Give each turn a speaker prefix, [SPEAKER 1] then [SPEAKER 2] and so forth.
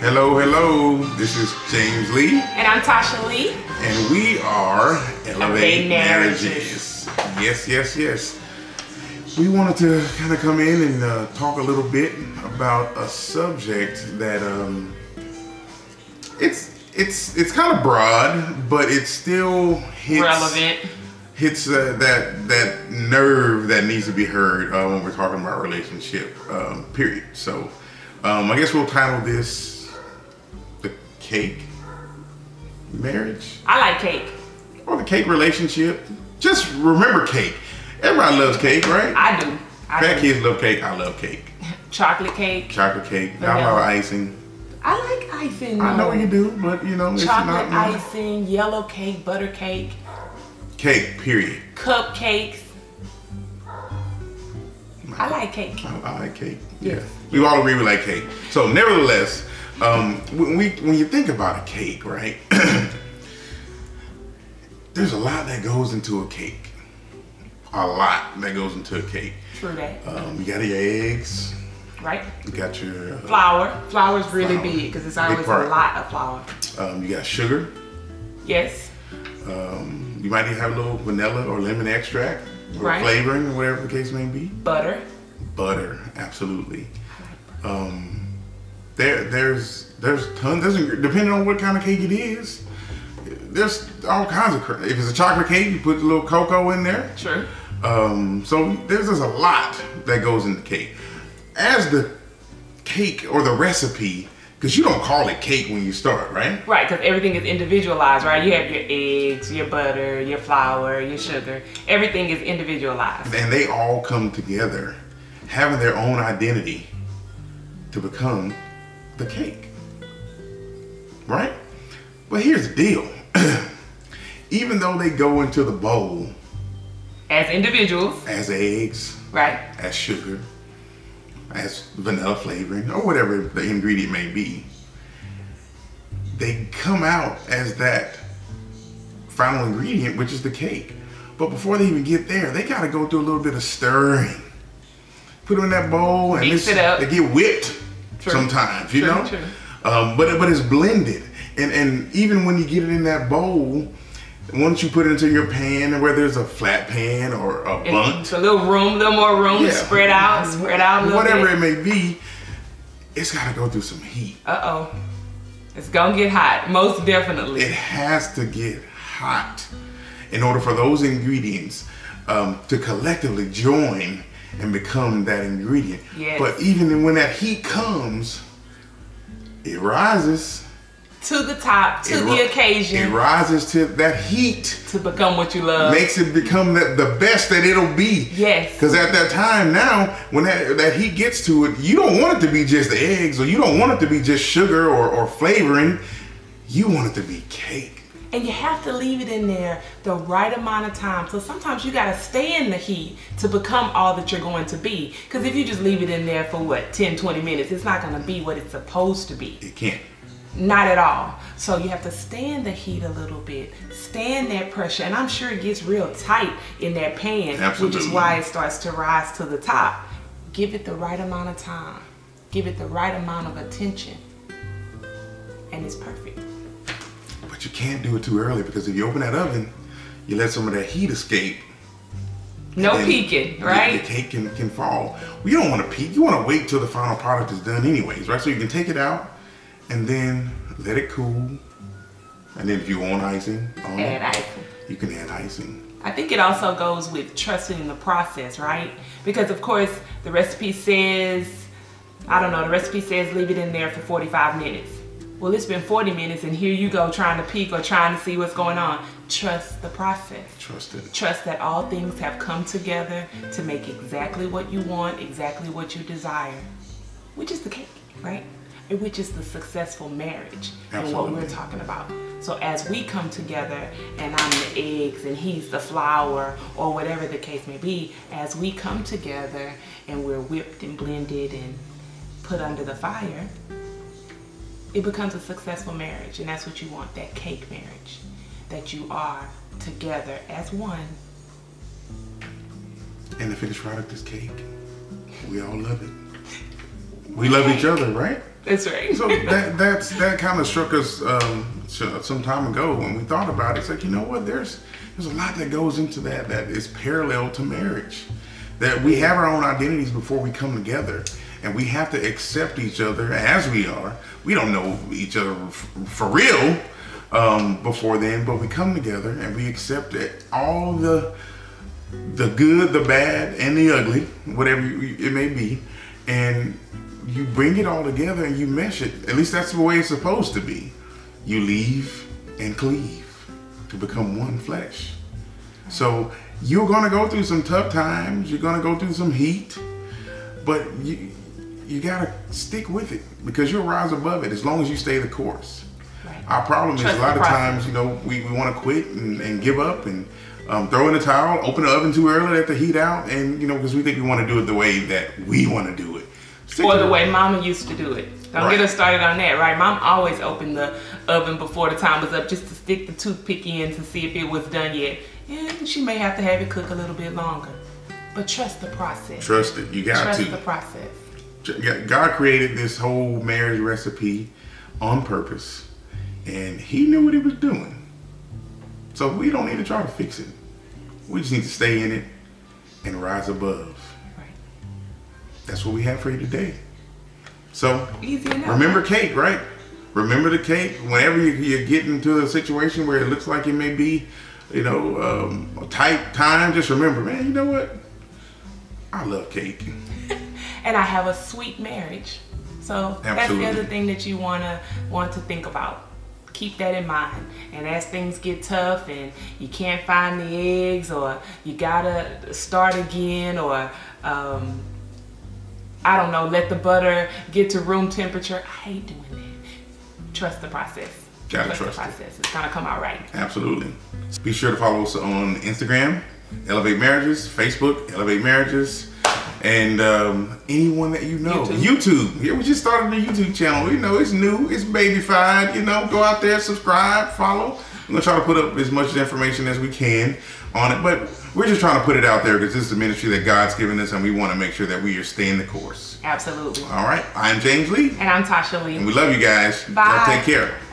[SPEAKER 1] Hello, hello. This is James Lee,
[SPEAKER 2] And I'm Tasha Lee.
[SPEAKER 1] and we are Elevate
[SPEAKER 2] Elevate Marriages.
[SPEAKER 1] Marriages. Yes, yes, yes. We wanted to kind of come in and uh, talk a little bit about a subject that um, it's it's it's kind of broad, but it still hits
[SPEAKER 2] Relevant.
[SPEAKER 1] hits uh, that that nerve that needs to be heard uh, when we're talking about relationship. Um, period. So, um, I guess we'll title this the cake marriage
[SPEAKER 2] I like cake.
[SPEAKER 1] or the cake relationship. Just remember cake. Everybody loves cake, right?
[SPEAKER 2] I do. I
[SPEAKER 1] Fat
[SPEAKER 2] do.
[SPEAKER 1] kids love cake. I love cake.
[SPEAKER 2] Chocolate cake.
[SPEAKER 1] Chocolate cake. I
[SPEAKER 2] Vanilla.
[SPEAKER 1] love icing.
[SPEAKER 2] I like icing.
[SPEAKER 1] I know
[SPEAKER 2] though.
[SPEAKER 1] you do, but you know it's not
[SPEAKER 2] Chocolate
[SPEAKER 1] my
[SPEAKER 2] icing, yellow cake, butter cake,
[SPEAKER 1] cake. Period.
[SPEAKER 2] cupcakes. I like cake.
[SPEAKER 1] I, I like cake.
[SPEAKER 2] Yes.
[SPEAKER 1] We all agree we like cake. So, nevertheless, um, when we when you think about a cake, right? there's a lot that goes into a cake. A lot that goes into a cake.
[SPEAKER 2] True that.
[SPEAKER 1] Um, you got your eggs.
[SPEAKER 2] Right?
[SPEAKER 1] You got your uh,
[SPEAKER 2] Flour. Flour's really
[SPEAKER 1] Flour.
[SPEAKER 2] big because it's
[SPEAKER 1] Big
[SPEAKER 2] always a
[SPEAKER 1] part.
[SPEAKER 2] lot of flour.
[SPEAKER 1] um, you got sugar.
[SPEAKER 2] Yes.
[SPEAKER 1] Um, you might even have a little vanilla or lemon extract or
[SPEAKER 2] Right.
[SPEAKER 1] flavoring or whatever the case may be.
[SPEAKER 2] Butter.
[SPEAKER 1] butter absolutely um there there's there's tons there's depending on what kind of cake it is there's all kinds of cra- if it's a chocolate cake you put a little cocoa in there
[SPEAKER 2] True.
[SPEAKER 1] um so there's just a lot that goes into cake as the cake or the recipe because you don't call it cake when you start right
[SPEAKER 2] Right, because everything is individualized, right? You have your eggs, your butter, your flour, your sugar. Everything is individualized.
[SPEAKER 1] and they all come together having their own identity to become the cake right but here's the deal even though they go into the bowl
[SPEAKER 2] As individuals,
[SPEAKER 1] as eggs
[SPEAKER 2] right?
[SPEAKER 1] as sugar as vanilla flavoring or whatever the ingredient may be they come out as that final ingredient which is the cake but before they even get there they got to go through a little bit of stirring put them in that bowl and
[SPEAKER 2] Mix
[SPEAKER 1] it's-
[SPEAKER 2] it up.
[SPEAKER 1] they get whipped
[SPEAKER 2] True.
[SPEAKER 1] sometimes you
[SPEAKER 2] True,
[SPEAKER 1] know
[SPEAKER 2] true.
[SPEAKER 1] Um, but but it's blended and and even when you get it in that bowl once you put it into your pan whether it's a flat pan or a
[SPEAKER 2] And
[SPEAKER 1] bunt
[SPEAKER 2] It's a little room, a little more room,
[SPEAKER 1] Yeah.
[SPEAKER 2] spread out, spread out a little
[SPEAKER 1] whatever
[SPEAKER 2] bit.
[SPEAKER 1] it may be, it's got to go through some heat.
[SPEAKER 2] Uh oh. It's gonna get hot, most definitely.
[SPEAKER 1] It has to get hot in order for those ingredients um, to collectively join and become that ingredient.
[SPEAKER 2] Yes.
[SPEAKER 1] But even when that heat comes, it rises.
[SPEAKER 2] To the top, to
[SPEAKER 1] It
[SPEAKER 2] the
[SPEAKER 1] ri- It
[SPEAKER 2] occasion,
[SPEAKER 1] rises to that heat.
[SPEAKER 2] to become what you love.
[SPEAKER 1] Makes it become the, the best that it'll be.
[SPEAKER 2] Yes.
[SPEAKER 1] Because at that time now, when that, that heat gets to it, you don't want it to be just eggs or you don't want it to be just sugar or, or flavoring. You want it to be cake.
[SPEAKER 2] and you have to leave it in there the right amount of time. So sometimes you gotta stay in the heat to become all that you're going to be. Because if you just leave it in there for what, 10, 20 minutes, it's not gonna be what it's supposed to be.
[SPEAKER 1] It can't.
[SPEAKER 2] Not at all. So you have to stand the heat a little bit, stand that pressure, and I'm sure it gets real tight in that pan, which
[SPEAKER 1] Absolutely.
[SPEAKER 2] is why it starts to rise to the top. Give it the right amount of time, give it the right amount of attention, and it's perfect.
[SPEAKER 1] But you can't do it too early because if you open that oven, you let some of that heat escape.
[SPEAKER 2] No
[SPEAKER 1] then
[SPEAKER 2] peeking,
[SPEAKER 1] the- The,
[SPEAKER 2] right?
[SPEAKER 1] cake can, can fall. Well, you don't want to peek. You want to wait till the final product is done, anyways, right? So you can take it out and then let it cool. And then if you want icing, on it,
[SPEAKER 2] And I
[SPEAKER 1] you can add icing.
[SPEAKER 2] I think it also goes with trusting the process, right? Because of course the recipe says, I don't know, the recipe says leave it in there for 45 minutes. Well, it's been 40 minutes and here you go trying to peek or trying to see what's going on. Trust the process.
[SPEAKER 1] Trust it.
[SPEAKER 2] Trust that all things have come together to make exactly what you want, exactly what you desire, which is the cake, right? And which is the successful marriage and what
[SPEAKER 1] Absolutely.
[SPEAKER 2] we're talking about. So as we come together and I'm the eggs and he's the flour or whatever the case may be, as we come together and we're whipped and blended and put under the fire, it becomes a successful marriage and that's what you want that cake marriage that you are together as one
[SPEAKER 1] And the finished product is cake. We all love it. We love each other, right?
[SPEAKER 2] That's right.
[SPEAKER 1] So that that's that kind of struck us um, so- some time ago when we thought about it. It's like you know what? There's there's a lot that goes into that that is parallel to marriage. That we have our own identities before we come together, and we have to accept each other as we are. We don't know each other f- for real um, before then, but we come together and we accept it. All the the good, the bad, and the ugly, whatever you- it may be, and you bring it all together and you mesh it. At least that's the way it's supposed to be. You leave and cleave to become one flesh. So you're gonna go through some tough times. You're gonna go through some heat, but you you gotta stick with it because you'll rise above it as long as you stay the course.
[SPEAKER 2] Right.
[SPEAKER 1] Our problem is
[SPEAKER 2] Trust
[SPEAKER 1] a
[SPEAKER 2] the
[SPEAKER 1] lot of
[SPEAKER 2] process.
[SPEAKER 1] times, you know, we, we want to quit and, and give up and um, throw in the towel, open the oven too early, let the heat out, and you know, because we think we want to do it the way that we want to do it. Stick
[SPEAKER 2] Or
[SPEAKER 1] to
[SPEAKER 2] the
[SPEAKER 1] it.
[SPEAKER 2] way Mama used to do it. Don't
[SPEAKER 1] Right.
[SPEAKER 2] get us started on that, right? Mom always opened the oven before the time was up just to stick the toothpick in to see if it was done yet. And she may have to have it cook a little bit longer. But trust the process.
[SPEAKER 1] Trust it. You got
[SPEAKER 2] Trust
[SPEAKER 1] to.
[SPEAKER 2] the process.
[SPEAKER 1] Yeah, God created this whole marriage recipe on purpose, and He knew what He was doing. So we don't need to try to fix it. We just need to stay in it and rise above.
[SPEAKER 2] Right.
[SPEAKER 1] That's what we have for you today. So
[SPEAKER 2] Easy enough.
[SPEAKER 1] remember cake, right? Remember the cake. Whenever you, you get into a situation where it looks like it may be, you know, um, a tight time, just remember, man, you know what? I love cake.
[SPEAKER 2] and I have a sweet marriage. So that's the
[SPEAKER 1] Absolutely.
[SPEAKER 2] other thing that you wanna want to think about. Keep that in mind. And as things get tough and you can't find the eggs, or you gotta start again, or um, I don't know, let the butter get to room temperature. I hate doing that. Trust the process.
[SPEAKER 1] Gotta
[SPEAKER 2] the
[SPEAKER 1] trust
[SPEAKER 2] process. It's gonna come out right.
[SPEAKER 1] Absolutely. Be sure to follow us on Instagram, Elevate Marriages, Facebook, Elevate Marriages, and um, anyone that you know. YouTube. Yeah, we just started a YouTube channel. You know, it's new, it's babyfied. You know, go out there, subscribe, follow. I'm gonna try to put up as much information as we can on it, but we're just trying to put it out there because this is the ministry that God's given us, and we want to make sure that we are staying the course.
[SPEAKER 2] Absolutely.
[SPEAKER 1] All right, I'm James Lee,
[SPEAKER 2] And I'm Tasha Lee.
[SPEAKER 1] and we love you guys.
[SPEAKER 2] Bye.
[SPEAKER 1] Y'all take care.